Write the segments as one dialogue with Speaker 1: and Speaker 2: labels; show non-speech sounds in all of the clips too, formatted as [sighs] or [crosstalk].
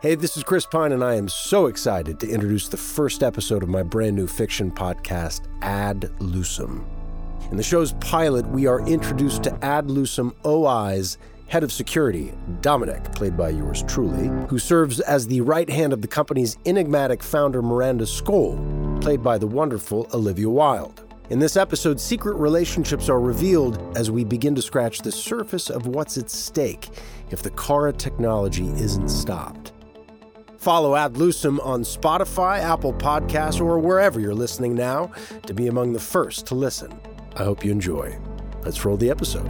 Speaker 1: Hey, this is Chris Pine, and I am so excited to introduce the first episode of my brand new fiction podcast, Ad Lucem. In the show's pilot, we are introduced to Ad Lucem OI's head of security, Dominic, played by yours truly, who serves as the right hand of the company's enigmatic founder, Miranda Skoll, played by the wonderful Olivia Wilde. In this episode, secret relationships are revealed as we begin to scratch the surface of what's at stake if the Kara technology isn't stopped. Follow Ad Lucem on Spotify, Apple Podcasts, or wherever you're listening now to be among the first to listen. I hope you enjoy. Let's roll the episode.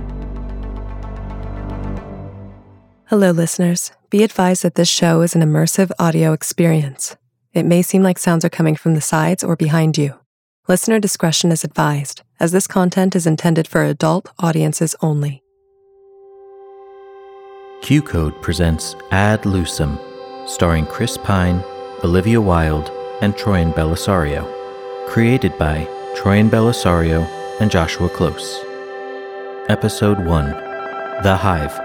Speaker 2: Hello, listeners. Be advised that this show is an immersive audio experience. It may seem like sounds are coming from the sides or behind you. Listener discretion is advised, as this content is intended for adult audiences only.
Speaker 3: Q Code presents Ad Lucem, starring Chris Pine, Olivia Wilde, and Troyan Belisario. Created by Troyan Belisario and Joshua Close. Episode 1 The Hive.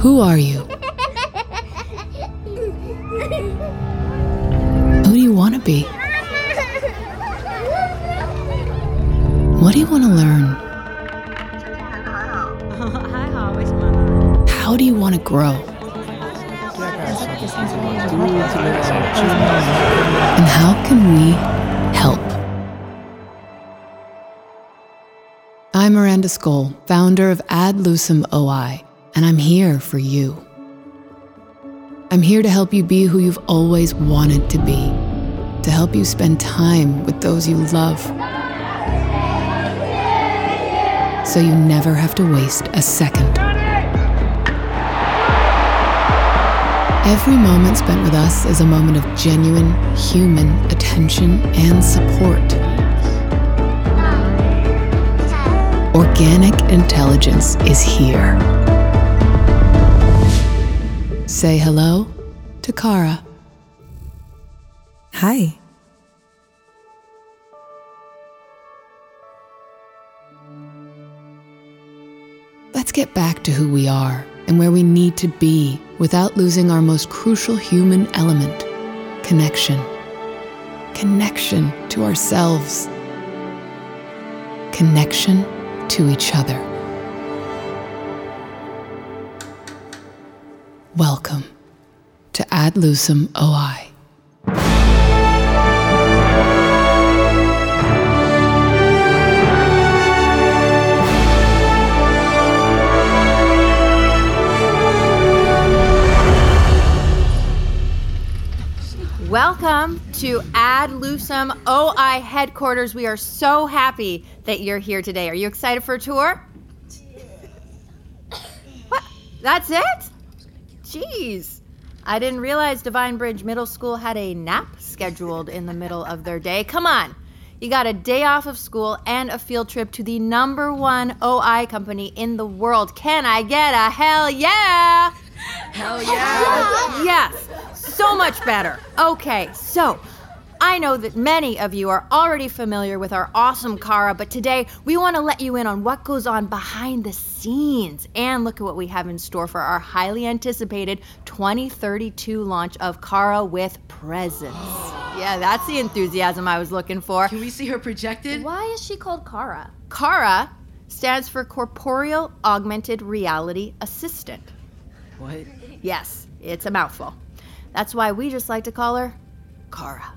Speaker 4: Who are you? Who do you want to be? What do you want to learn? How do you want to grow? And how can we help? I'm Miranda Skoll, founder of Ad Lucem OI, and I'm here for you. I'm here to help you be who you've always wanted to be, to help you spend time with those you love, so you never have to waste a second. Every moment spent with us is a moment of genuine human attention and support. Organic intelligence is here. Say hello to Kara.
Speaker 2: Hi.
Speaker 4: Let's get back to who we are and where we need to be without losing our most crucial human element connection. Connection to ourselves. Connection to each other. Welcome to Ad Lucem OI.
Speaker 5: Welcome to Ad Lusum OI headquarters. We are so happy that you're here today. Are you excited for a tour? What? That's it? Jeez. I didn't realize Divine Bridge Middle School had a nap scheduled in the middle of their day. Come on. You got a day off of school and a field trip to the number one OI company in the world. Can I get a hell yeah? Oh,
Speaker 6: Oh,
Speaker 5: Yes, so much better. Okay, so I know that many of you are already familiar with our awesome Kara, but today we want to let you in on what goes on behind the scenes and look at what we have in store for our highly anticipated 2032 launch of Kara with Presence. Yeah, that's the enthusiasm I was looking for.
Speaker 6: Can we see her projected?
Speaker 7: Why is she called Kara?
Speaker 5: Kara stands for Corporeal Augmented Reality Assistant.
Speaker 6: What?
Speaker 5: Yes, it's a mouthful. That's why we just like to call her Kara.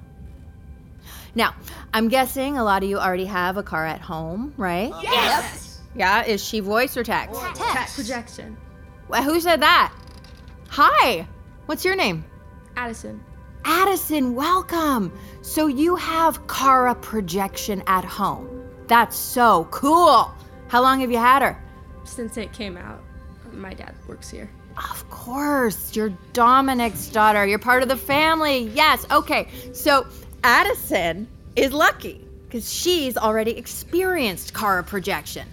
Speaker 5: Now, I'm guessing a lot of you already have a car at home, right?
Speaker 7: Yes.
Speaker 5: Yeah, is she voice or text?
Speaker 7: Text. Projection.
Speaker 5: Wh- Who said that? Hi, what's your name?
Speaker 7: Addison.
Speaker 5: Addison, welcome. So you have Kara projection at home. That's so cool. How long have you had her?
Speaker 7: Since it came out.
Speaker 6: My dad works here.
Speaker 5: Of course, you're Dominic's daughter. You're part of the family. Yes. Okay. So Addison is lucky because she's already experienced Kara projection.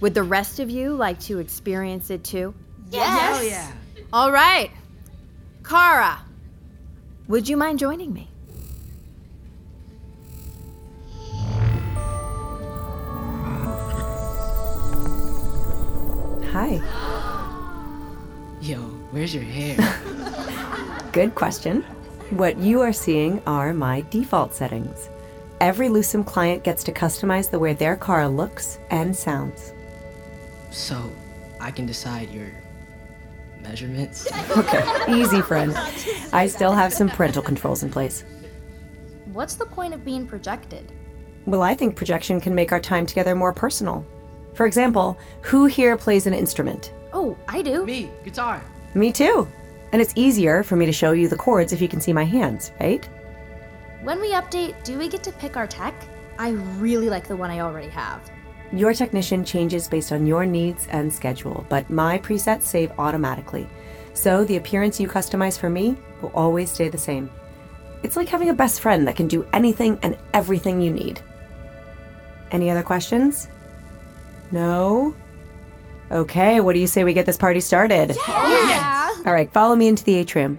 Speaker 5: Would the rest of you like to experience it too?
Speaker 8: Hell yeah.
Speaker 5: All right. Kara, would you mind joining me?
Speaker 2: Hi.
Speaker 8: [gasps] Yo, where's your hair?
Speaker 2: [laughs] Good question. What you are seeing are my default settings. Every Lucem client gets to customize the way their car looks and sounds.
Speaker 8: so I can decide your measurements. [laughs]
Speaker 2: Easy, friend. I still have some parental controls in place.
Speaker 6: What's the point of being projected?
Speaker 2: Well, I think projection can make our time together more personal. For example, who here plays an instrument?
Speaker 6: Oh, I do.
Speaker 8: Me, guitar.
Speaker 2: Me too. And it's easier for me to show you the chords if you can see my hands, right?
Speaker 6: When we update, do we get to pick our tech? I really like the one I already have. [laughs]
Speaker 2: Your technician changes based on your needs and schedule, but my presets save automatically. So the appearance you customize for me will always stay the same. It's like having a best friend that can do anything and everything you need. Any other questions? No? Okay, what do you say we get this party started? All right, follow me into the atrium.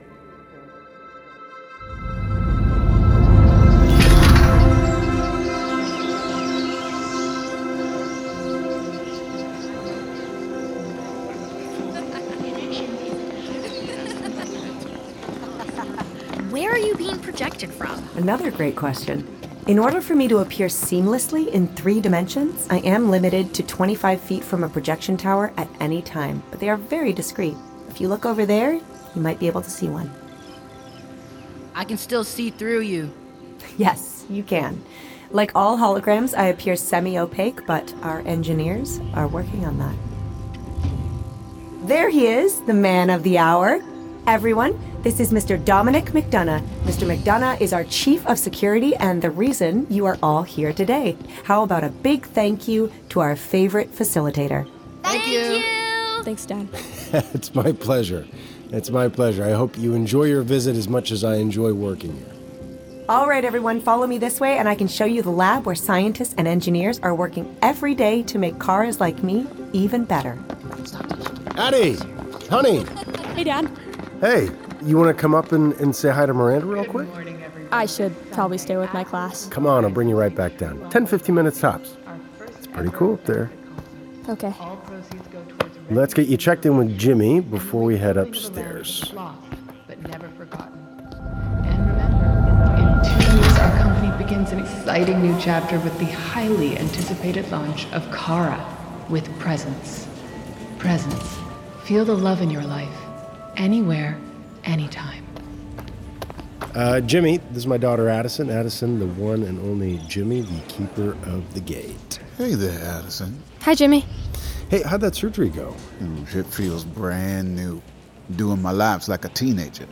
Speaker 6: Where are you being projected from?
Speaker 2: Another great question. In order for me to appear seamlessly in three dimensions, I am limited to 25 feet from a projection tower at any time, but they are very discreet. If you look over there, you might be able to see one.
Speaker 8: I can still see through you.
Speaker 2: Yes, you can. Like all holograms, I appear semi opaque, but our engineers are working on that. There he is, the man of the hour. Everyone, this is Mr. Dominic McDonough. Mr. McDonough is our chief of security and the reason you are all here today. How about a big thank you to our favorite facilitator?
Speaker 6: Thank, you.
Speaker 7: Thanks, Dad.
Speaker 1: [laughs] It's my pleasure. It's my pleasure. I hope you enjoy your visit as much as I enjoy working here.
Speaker 2: All right, everyone, follow me this way, and I can show you the lab where scientists and engineers are working every day to make cars like me even better.
Speaker 1: Addie! Honey!
Speaker 7: Hey, Dad.
Speaker 1: Hey, you want to come up and, and say hi to Miranda real quick?
Speaker 7: I should probably stay with my class.
Speaker 1: Come on, I'll bring you right back down. 10, 15 minutes tops. It's pretty cool up there.
Speaker 7: Okay.
Speaker 1: Let's get you checked in with Jimmy before we head upstairs.
Speaker 4: lost but never forgotten. And remember, in two years, our company begins an exciting new chapter with the highly anticipated launch of Kara with Presence. Presence. Feel the love in your life, anywhere, anytime.
Speaker 1: Uh, Jimmy, this is my daughter Addison. Addison, the one and only Jimmy, the keeper of the gate.
Speaker 9: Hey there, Addison.
Speaker 7: Hi, Jimmy.
Speaker 1: Hey, how'd that surgery go?
Speaker 9: Ooh, it feels brand new. Doing my laps like a teenager.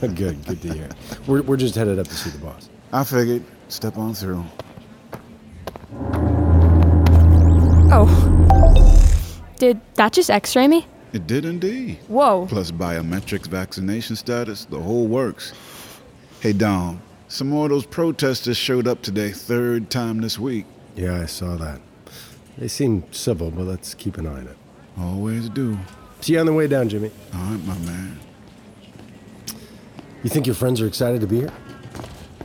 Speaker 1: good, [laughs] good to hear. We're, we're just headed up to see the boss.
Speaker 9: I figured, step on through.
Speaker 7: Oh. Did that just x ray me?
Speaker 9: It did indeed.
Speaker 7: Whoa.
Speaker 9: Plus biometrics, vaccination status, the whole works. Hey, Dom, some more of those protesters showed up today, third time this week.
Speaker 1: Yeah, I saw that. They seem civil, but let's keep an eye on it.
Speaker 9: Always do.
Speaker 1: See you on the way down, Jimmy.
Speaker 9: All right, my man.
Speaker 1: You think your friends are excited to be here?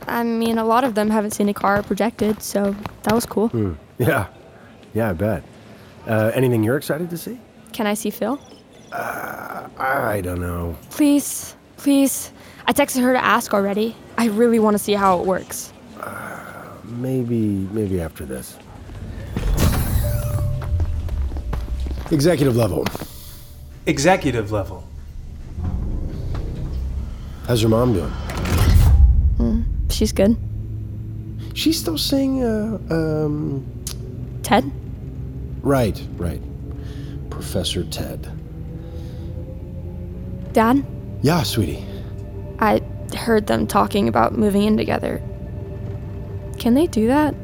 Speaker 7: I mean, a lot of them haven't seen a car projected, so that was cool.
Speaker 1: Hmm. Yeah. Yeah, I bet. Uh, anything you're excited to see?
Speaker 7: Can I see Phil?
Speaker 1: I don't know.
Speaker 7: Please. Please. I texted her to ask already. I really want to see how it works.
Speaker 1: Maybe, maybe after this. Executive level.
Speaker 10: Executive level.
Speaker 1: How's your mom doing?
Speaker 7: Mm. She's good.
Speaker 1: She's still seeing, uh, um,
Speaker 7: Ted?
Speaker 1: right, right. Professor Ted.
Speaker 7: Dad?
Speaker 1: Yeah, sweetie.
Speaker 7: I heard them talking about moving in together. Can they do that?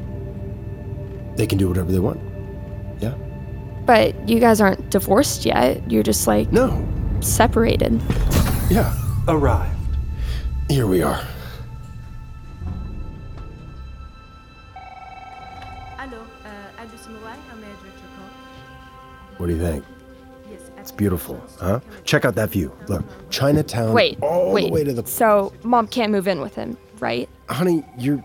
Speaker 1: They can do whatever they want. Yeah.
Speaker 7: But you guys aren't divorced yet. You're just like.
Speaker 1: No.
Speaker 7: Separated.
Speaker 1: Yeah.
Speaker 11: Arrived.
Speaker 1: Here we are.
Speaker 12: eh,
Speaker 1: What do you think? It's beautiful, huh? Check out that view. Look, Chinatown.
Speaker 7: Wait.
Speaker 1: Um, all
Speaker 7: wait.
Speaker 1: the way to the.
Speaker 7: So, mom can't move in with him, right?
Speaker 1: Honey, your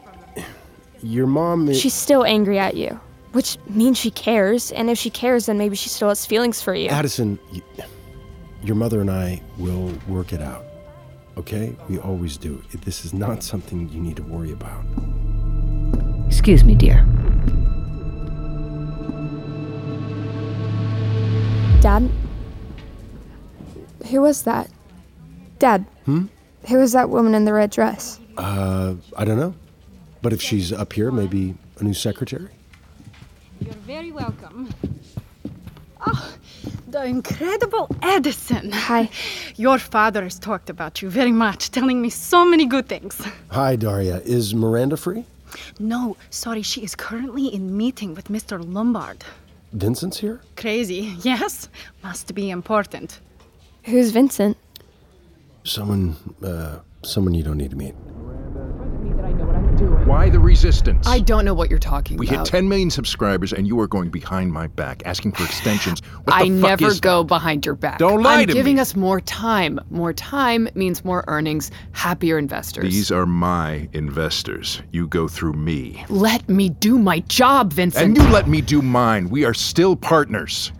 Speaker 1: your mom is.
Speaker 7: She's still angry at you, which means she cares. And if she cares, then maybe she still has feelings for you.
Speaker 1: Addison, y- your mother and I will work it out. Okay? We always do. This is not something you need to worry about.
Speaker 13: Excuse me, dear.
Speaker 7: Dad? Who was that? Dad,
Speaker 1: Hmm?
Speaker 7: who was that woman in the red dress?
Speaker 1: Uh, I don't know. But if she's up here, maybe a new secretary?
Speaker 12: You're very welcome. Oh, the incredible Edison. Hi. [laughs] Your father has talked about you very much, telling me so many good things.
Speaker 1: Hi, Daria. Is Miranda free?
Speaker 12: No, sorry, she is currently in meeting with Mr. Lombard.
Speaker 1: Vincent's here?
Speaker 12: Crazy, yes? Must be important.
Speaker 7: Who's Vincent?
Speaker 1: Someone, uh, someone you don't need to meet.
Speaker 14: Why the resistance?
Speaker 15: I don't know what you're talking
Speaker 14: we hit
Speaker 15: about.
Speaker 14: 10 million subscribers and you are going behind my back asking
Speaker 15: [sighs]
Speaker 14: for extensions. What
Speaker 15: I
Speaker 14: the fuck
Speaker 15: never
Speaker 14: is
Speaker 15: go behind your back.
Speaker 14: Don't lie
Speaker 15: I'm
Speaker 14: to
Speaker 15: giving
Speaker 14: me.
Speaker 15: us more time. More time means more earnings, happier investors.
Speaker 14: These are my investors. You go through me.
Speaker 15: Let me do my job,
Speaker 14: And
Speaker 15: Vincent.
Speaker 14: you let me do mine. We are still partners.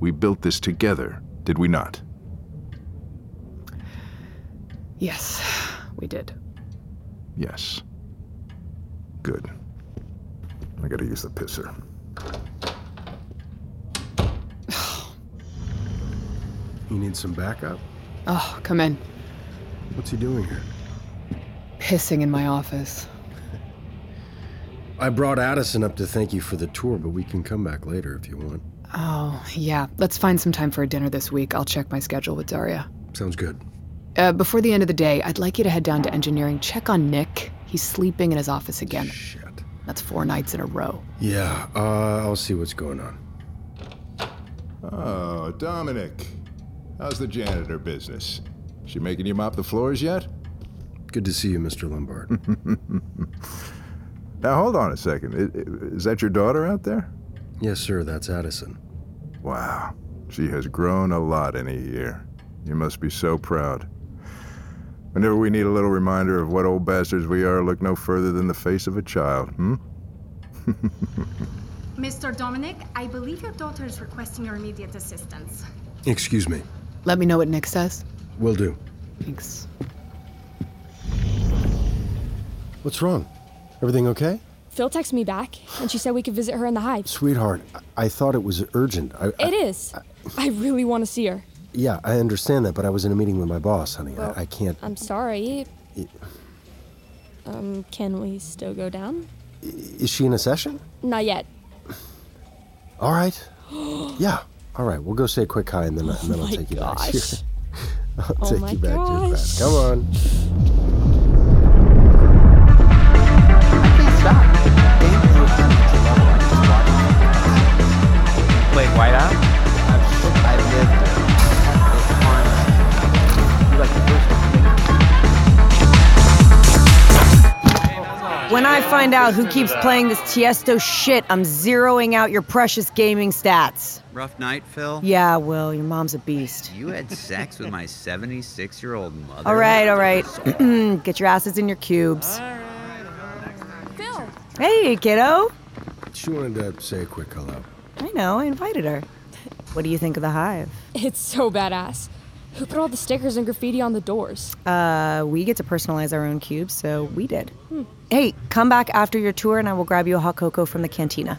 Speaker 14: We built this together, did we not?
Speaker 15: yes, we did.
Speaker 14: Yes. Good. I gotta use the pisser.
Speaker 1: You need some backup?
Speaker 15: Oh, come in.
Speaker 1: What's he doing here?
Speaker 15: Pissing in my office.
Speaker 1: I brought Addison up to thank you for the tour, but we can come back later if you want.
Speaker 15: Oh, yeah. Let's find some time for a dinner this week. I'll check my schedule with Daria.
Speaker 1: Sounds good.
Speaker 15: Uh, before the end of the day, I'd like you to head down to engineering, check on Nick. He's sleeping in his office again. Shit. That's four nights in a row.
Speaker 1: Yeah, uh, I'll see what's going on.
Speaker 14: Oh, Dominic. How's the janitor business? She making you mop the floors yet?
Speaker 1: Good to see you, Mr.
Speaker 14: [laughs]
Speaker 1: Lombard.
Speaker 14: now, hold on a second. I- i- Is that your daughter out there?
Speaker 1: Yes, sir, that's Addison.
Speaker 14: Wow. She has grown a lot in a year. You must be so proud. Whenever we need a little reminder of what old bastards we are, look no further than the face of a child, hmm?
Speaker 12: Mr. Dominic, I believe your daughter is requesting your immediate assistance.
Speaker 1: Excuse me.
Speaker 15: Let me know what Nick says.
Speaker 1: Will do.
Speaker 15: Thanks.
Speaker 1: What's wrong? Everything okay?
Speaker 7: Phil texted me back, and she said we could visit her in the hive.
Speaker 1: Sweetheart, I, I thought it was urgent. I, I-
Speaker 7: It is. I really want to see her.
Speaker 1: yeah, I understand that, but I was in a meeting with my boss, honey.
Speaker 7: Well,
Speaker 1: I, I can't.
Speaker 7: I'm sorry.
Speaker 1: I-
Speaker 7: Um, can we still go down?
Speaker 1: Is she in a session?
Speaker 7: Not yet.
Speaker 1: All
Speaker 7: [gasps]
Speaker 1: right. Yeah. All right. We'll go say a quick hi, and then, and then I'll take you back. to
Speaker 7: Oh gosh.
Speaker 1: your- [laughs] I'll
Speaker 7: Oh
Speaker 1: take
Speaker 7: my
Speaker 1: you back to your bed.
Speaker 7: gosh.
Speaker 1: Come on.
Speaker 10: Wait, Whiteout? I lived there. You like the first one?
Speaker 2: When I find out who keeps playing this Tiesto shit, I'm zeroing out your precious gaming stats.
Speaker 16: Rough night, Phil?
Speaker 2: Yeah, Will, your mom's a beast.
Speaker 16: You had sex with my 76 year old mother?
Speaker 2: All right,
Speaker 16: [clears throat]
Speaker 2: all right. [clears throat] Get your asses in your cubes. Hey, kiddo.
Speaker 1: She wanted to say a quick hello. [laughs]
Speaker 2: I know, I invited her. What do you think of the hive?
Speaker 7: It's so badass. Who put all the stickers and graffiti on the doors?
Speaker 2: Uh, we get to personalize our own cubes, so we did.
Speaker 7: Hmm.
Speaker 2: Hey, come back after your tour and I will grab you a hot cocoa from the cantina.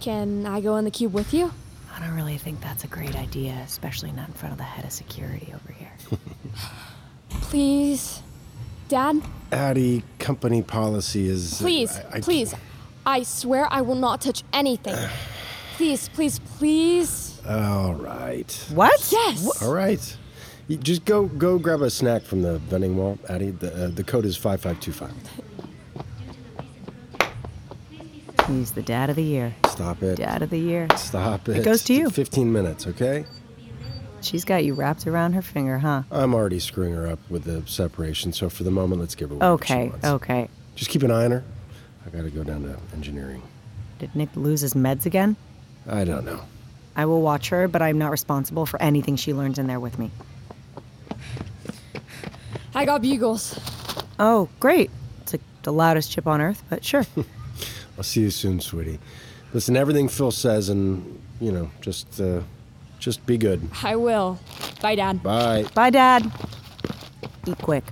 Speaker 7: Can I go in the cube with you?
Speaker 2: I don't really think that's a great idea, especially not in front of the head of security over here.
Speaker 7: Please. Dad,
Speaker 1: Addie, company policy is.
Speaker 7: please,
Speaker 1: I- I-
Speaker 7: please. I swear I will not touch
Speaker 1: [sighs]
Speaker 7: anything. please, please, please.
Speaker 1: All right.
Speaker 2: What?
Speaker 7: Yes.
Speaker 1: All right. You just go go grab a snack from the vending wall, Addie. The, uh, the code is 5525.
Speaker 2: He's the dad of the year.
Speaker 1: Stop it.
Speaker 2: Dad of the year.
Speaker 1: Stop it.
Speaker 2: It goes to you.
Speaker 1: 15 minutes, okay?
Speaker 2: She's got you wrapped around her finger, huh?
Speaker 1: I'm already screwing her up with the separation, so for the moment, let's give her what she
Speaker 2: Okay,
Speaker 1: wants.
Speaker 2: okay.
Speaker 1: Just keep an eye on her. I gotta go down to engineering.
Speaker 2: Did Nick lose his meds again?
Speaker 1: I don't know.
Speaker 2: I will watch her, but I'm not responsible for anything she learns in there with me.
Speaker 7: I got bugles.
Speaker 2: Oh, great. It's like the loudest chip on earth,
Speaker 1: [laughs]
Speaker 2: but sure.
Speaker 1: I'll see you soon, sweetie. Listen, to everything Phil says, and you know, just, uh, just be good.
Speaker 7: I will. Bye, Dad.
Speaker 1: Bye.
Speaker 2: Bye, Dad. Be quick.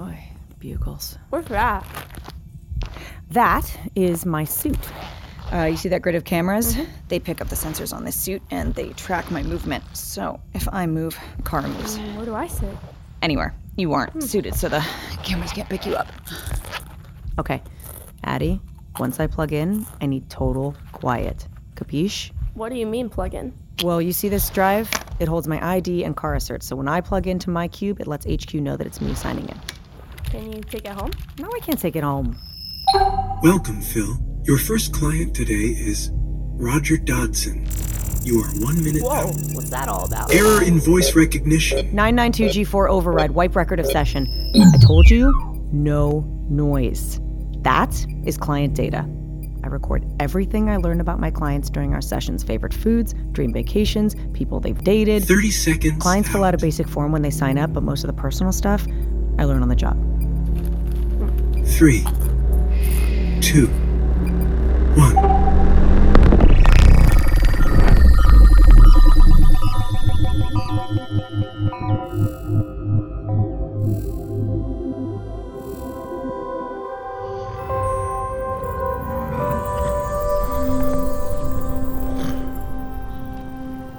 Speaker 2: Oi, bugles.
Speaker 7: Where's that?
Speaker 2: That is my suit. Uh, you see that grid of cameras?
Speaker 1: Mm-hmm.
Speaker 2: They pick up the sensors on this suit and they track my movement. So if I move, car moves.
Speaker 7: Um, where do I sit?
Speaker 2: Anywhere. You aren't suited, so the cameras can't pick you up. Okay, Addie, once I plug in, I need total quiet. Capiche?
Speaker 7: What do you mean plug in?
Speaker 2: Well, you see this drive? It holds my ID and car assert, so when I plug into my cube, it lets HQ know that it's me signing in.
Speaker 7: Can you take it home?
Speaker 2: No, I can't take it home.
Speaker 17: Welcome, Phil. Your first client today is Roger Dodson. You are one minute
Speaker 7: Whoa, what's that all about?
Speaker 17: Error in voice recognition.
Speaker 2: 992G4 override, wipe record of session. I told you, no noise. That is client data. I record everything I learn about my clients during our sessions favorite foods, dream vacations, people they've dated.
Speaker 17: 30 seconds.
Speaker 2: Clients fill out a basic form when they sign up, but most of the personal stuff I learn on the job.
Speaker 17: Three, two,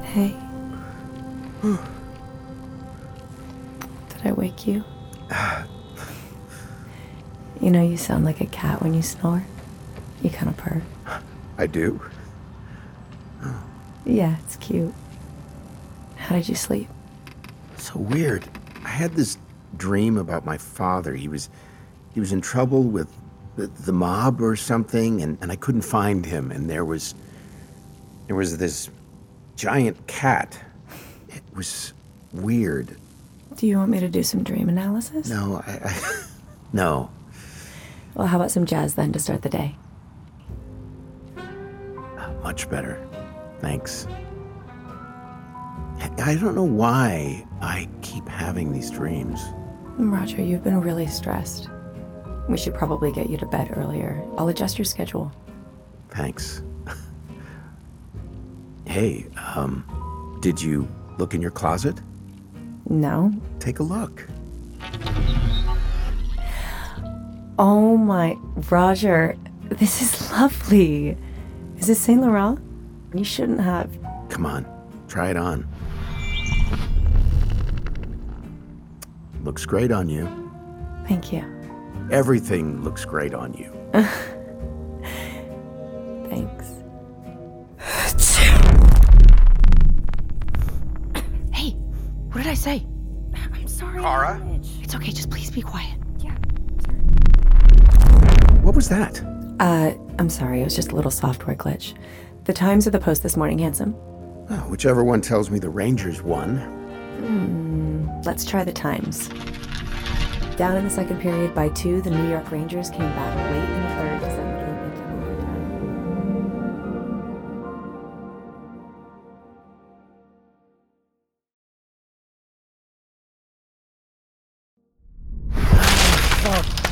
Speaker 18: Hey. Did I wake you? you know, you sound like a cat when you snore. You kind of purr.
Speaker 19: I do.
Speaker 18: Yeah, it's cute. How did you sleep?
Speaker 19: So weird. I had this dream about my father. He was he was in trouble with the, the mob or something and, and I couldn't find him and there was there was this giant cat. It was weird.
Speaker 18: Do you want me to do some dream analysis?
Speaker 19: No, I, I [laughs] no.
Speaker 18: Well, how about some jazz then to start the day?
Speaker 19: Much better. Thanks. I- I don't know why I keep having these dreams.
Speaker 18: Roger, you've been really stressed. We should probably get you to bed earlier. I'll adjust your schedule.
Speaker 19: Thanks. hey, um, did you look in your closet?
Speaker 18: No?
Speaker 19: Take a look.
Speaker 18: Oh my, Roger, this is lovely. Is this Saint Laurent? You shouldn't have.
Speaker 19: Come on, try it on. Looks great on you.
Speaker 18: Thank you. [laughs]
Speaker 19: Everything looks great on you.
Speaker 7: [sighs]
Speaker 18: Thanks.
Speaker 12: Hey, what did I say? I'm sorry. Kara? It's okay, just please be quiet.
Speaker 19: What was that?
Speaker 18: Uh, I'm sorry, it was just a little software glitch. The times of the post this morning, handsome.
Speaker 19: Oh, whichever one tells me the Rangers won.
Speaker 18: Hmm, let's try the times. Down in the second period by two, the New York Rangers came back late in the third to send the game into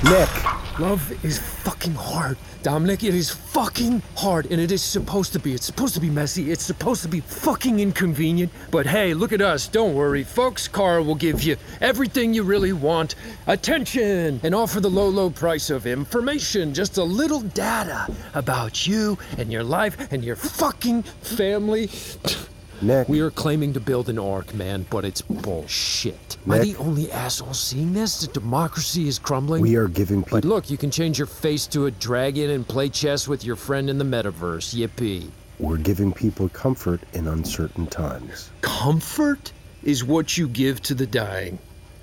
Speaker 20: Nick, love is fucking hard. Dominic, it is fucking hard, and it is supposed to be. It's supposed to be messy. It's supposed to be fucking inconvenient. But hey, look at us. Don't worry. Folks Car will give you everything you really want attention and offer the low, low price of information. Just a little data about you and your life and your fucking family.
Speaker 1: Nick.
Speaker 20: We are claiming to build an ark, man, but it's bullshit. Am I
Speaker 1: Nick.
Speaker 20: the only asshole seeing this? That democracy is crumbling?
Speaker 1: We are giving people.
Speaker 20: But look, you can change your face to a dragon and play chess with your friend in the metaverse. Yippee.
Speaker 1: We're giving people comfort in uncertain times.
Speaker 20: Comfort?
Speaker 21: is what you give to the dying.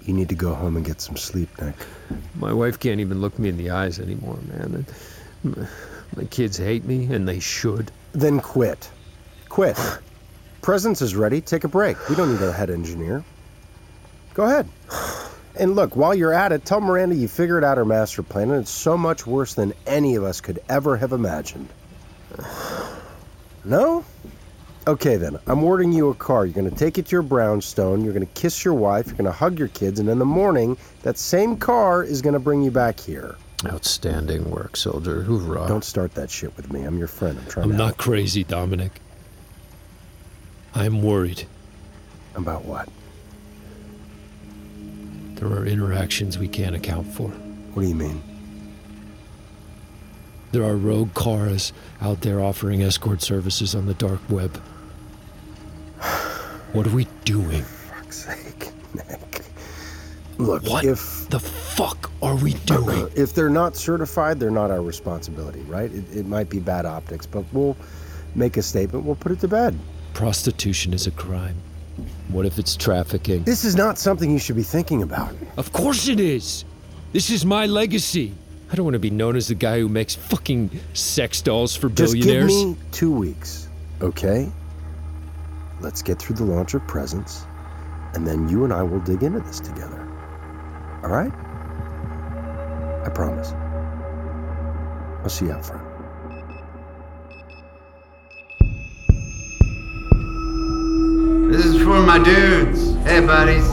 Speaker 1: You need to go home and get some sleep, Nick.
Speaker 20: My wife can't even look me in the eyes anymore, man. And My kids hate me, and they should.
Speaker 1: Then quit. Quit. Presence is ready. Take a break. We don't need a head engineer. Go ahead. And look, while you're at it, tell Miranda you figured out her master plan, and it's so much worse than any of us could ever have imagined. No? Okay, then. I'm ordering you a car. You're going to take it to your brownstone. You're going to kiss your wife. You're going to hug your kids. And in the morning, that same car is going to bring you back here.
Speaker 20: Outstanding work, soldier. Hoorah.
Speaker 1: Don't start that shit with me. I'm your friend. I'm trying
Speaker 20: I'm
Speaker 1: to.
Speaker 20: not
Speaker 1: help.
Speaker 20: crazy, Dominic. I'm worried.
Speaker 1: About what?
Speaker 20: There are interactions we can't account for.
Speaker 1: What do you mean?
Speaker 20: There are rogue cars out there offering escort services on the dark web. [sighs] What are we doing?
Speaker 1: fuck's sake, Nick. Look,
Speaker 20: what
Speaker 1: if
Speaker 20: the fuck are we doing?
Speaker 1: if they're not certified, they're not our responsibility, right? It, it might be bad optics, but we'll make a statement. We'll put it to bed.
Speaker 20: Prostitution is a crime. What if it's trafficking?
Speaker 1: This is not something you should be thinking about.
Speaker 20: Of course it is. This is my legacy. I don't want to be known as the guy who makes fucking sex dolls for
Speaker 1: Just give
Speaker 20: billionaires.
Speaker 1: me two weeks, okay? Let's get through the launch of presents, and then you and I will dig into this together. All right? I promise. I'll see you out front.
Speaker 10: This is for my dudes. Hey, buddies.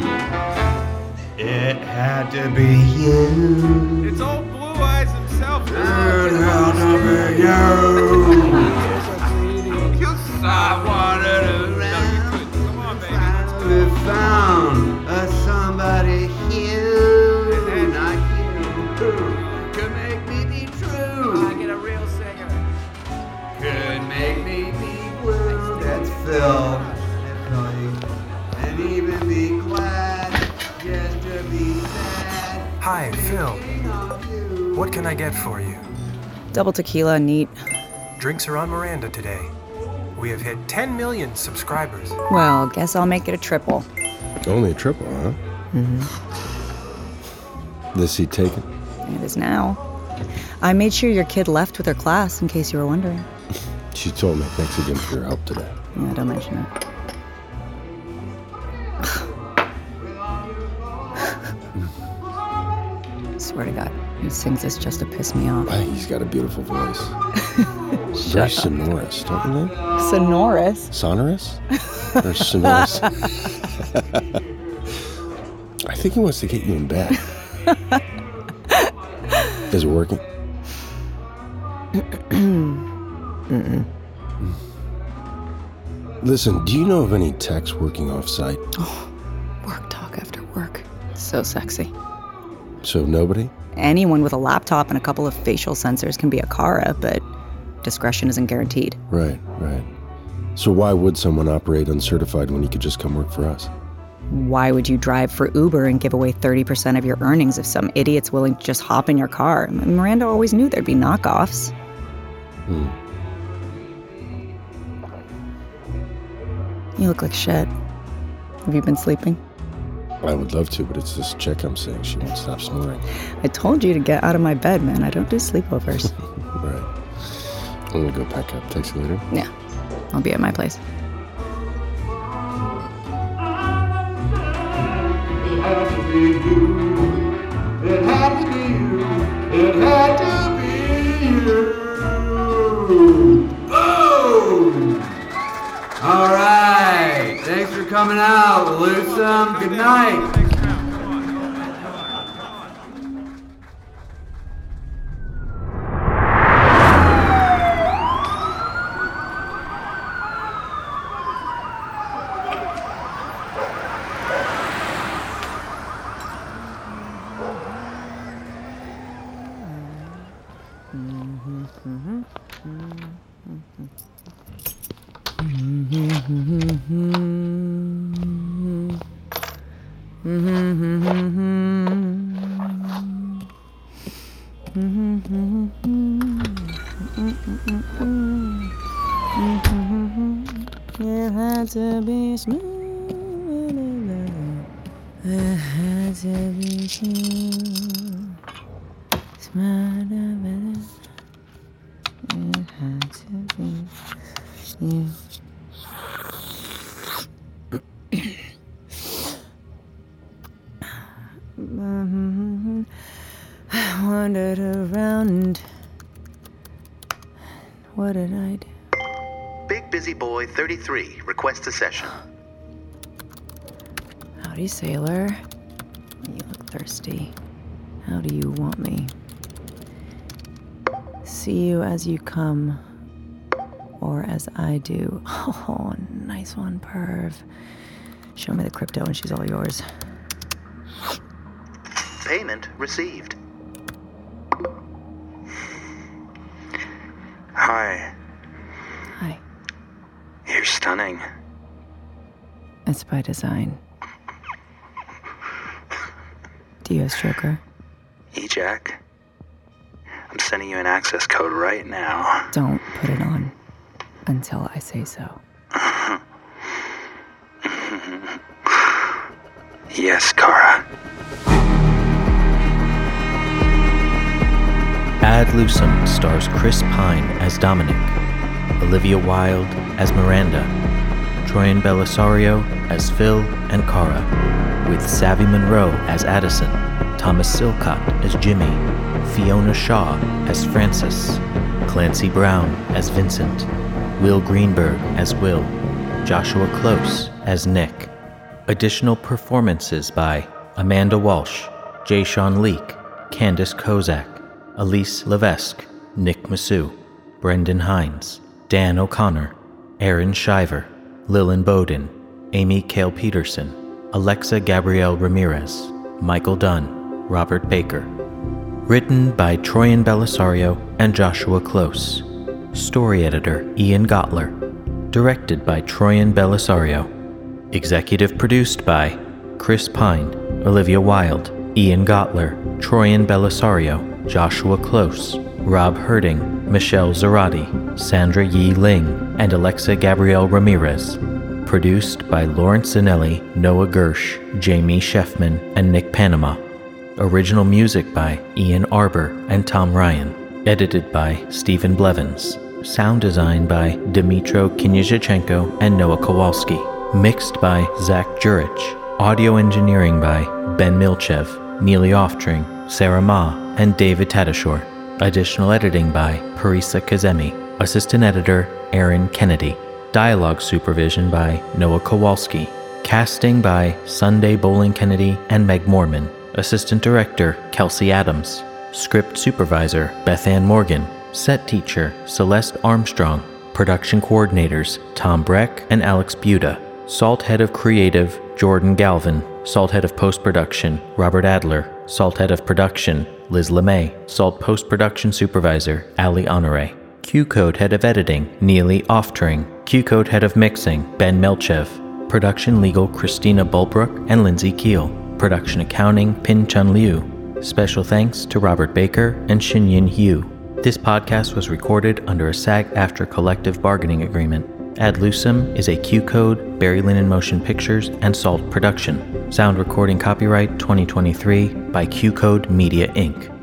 Speaker 10: Mhm. It had to be you. It's all Blue Eyes himself. It had to be you. you I wanted a round. We found a somebody huge. Not you. Could make me be true. I get a real singer could make me be blue. That's Phil. That's Philly. And even be glad just to be sad.
Speaker 22: Hi, Phil. What can I get for you?
Speaker 2: Double tequila, neat.
Speaker 22: Drinks are on Miranda today. We have hit 10 million subscribers.
Speaker 2: Well, guess I'll make it a triple.
Speaker 1: Only a triple, huh?
Speaker 2: Mm-hmm.
Speaker 1: This he taken?
Speaker 2: It is now. I made sure your kid left with her class, in case you were wondering.
Speaker 1: She told me. Thanks again for your help today.
Speaker 2: Yeah, don't mention it. [sighs] Swear to God, he sings this just to piss me off.
Speaker 1: He's got a beautiful
Speaker 2: [laughs]
Speaker 1: voice. Very
Speaker 2: Shut up.
Speaker 1: sonorous, don't you know?
Speaker 2: Sonorous.
Speaker 1: Sonorous? Or sonorous? I think he wants to get you in bed. Is it working?
Speaker 2: Mm-mm.
Speaker 1: Listen, do you know of any techs working off site?
Speaker 2: Oh, Work talk after work. So sexy.
Speaker 1: So nobody?
Speaker 2: Anyone with a laptop and a couple of facial sensors can be a Kara, but discretion isn't guaranteed.
Speaker 1: Right, right. So why would someone operate uncertified when he could just come work for us?
Speaker 2: Why would you drive for Uber and give away 30% of your earnings if some idiot's willing to just hop in your car? M- Miranda always knew there'd be knockoffs.
Speaker 1: Hmm.
Speaker 2: You look like shit. Have you been sleeping?
Speaker 1: I would love to, but it's this chick I'm seeing. She won't stop snoring.
Speaker 2: I told you to get out of my bed, man. I don't do sleepovers.
Speaker 1: Right. I'm gonna go pack up. Text you later.
Speaker 2: yeah, I'll be at my place.
Speaker 10: It had to be you. It had to be you. It had to be you. Boom! Oh! All right. Thanks for coming out, Lusum. Good night. Mm-hmm. Mm-hmm.
Speaker 2: Mm-hmm. to be smooth. It had to be smooth. Smarter, better. It had to be you. Mhm. I wandered around. What did I do?
Speaker 4: Big Busy Boy 33 requests a session.
Speaker 2: Howdy, sailor. You look thirsty. How do you want me? See you as you come, or as I do. [laughs] Oh, nice one, Perv. Show me the crypto and she's all yours.
Speaker 4: Payment received. Hi.
Speaker 2: Hi.
Speaker 4: You're stunning.
Speaker 2: It's by design. Do you have Stroker?
Speaker 4: EJack. I'm sending you an access code right now.
Speaker 2: Don't put it on until I say so.
Speaker 4: yes, Kara.
Speaker 3: Ad Lucem stars Chris Pine as Dominic, Olivia Wilde as Miranda, Troyan Belisario as Phil and Cara, with Savvy Monroe as Addison, Thomas Silcott as Jimmy, Fiona Shaw as Frances, Clancy Brown as Vincent, Will Greenberg as Will, Joshua Close as Nick. Additional performances by Amanda Walsh, Jay Sean Leake, Candace Kozak, Elise Levesque, Nick Massou, Brendan Hines, Dan O'Connor, Aaron Shiver, Lillian Bowden, Amy Kale Peterson, Alexa Gabrielle Ramirez, Michael Dunn, Robert Baker. Written by Troyan Belisario and Joshua Close. Story editor Ian Gottler. Directed by Troyan Belisario. Executive produced by Chris Pine, Olivia Wilde, Ian Gottler, Troyan Belisario, Joshua Close, Rob Herding, Michelle Zarati, Sandra Yi Ling, and Alexa Gabrielle Ramirez. Produced by Lawrence Zanelli, Noah Gersh, Jamie Sheffman, and Nick Panama. Original music by Ian Arbor and Tom Ryan. Edited by Stephen Blevins. Sound design by Dmitro Kinizhchenko and Noah Kowalski. Mixed by Zach Jurich. Audio engineering by Ben Milchev, Neely Oftring, Sarah Ma, and David Tadashore. Additional editing by Parisa Kazemi. Assistant editor Aaron Kennedy. Dialogue supervision by Noah Kowalski. Casting by Sunday Bowling Kennedy and Meg Mormon. Assistant director Kelsey Adams. Script supervisor Beth Ann Morgan. Set teacher Celeste Armstrong. Production coordinators Tom Breck and Alex Buda. Salt head of creative Jordan Galvin. Salt head of post production Robert Adler. Salt head of production Liz LeMay, Salt Post Production Supervisor, Ali Honore, Q Code Head of Editing, Neely Oftring, Q Code Head of Mixing, Ben Melchev, Production Legal, Christina Bulbrook and Lindsay Keel, Production Accounting, Pin Chun Liu. Special thanks to Robert Baker and Xinyin Hu. This podcast was recorded under a SAG after collective bargaining agreement. Ad Lucem is a Q Code, Barry Linen Motion Pictures, and Salt production. Sound recording copyright 2023 by Q Code Media Inc.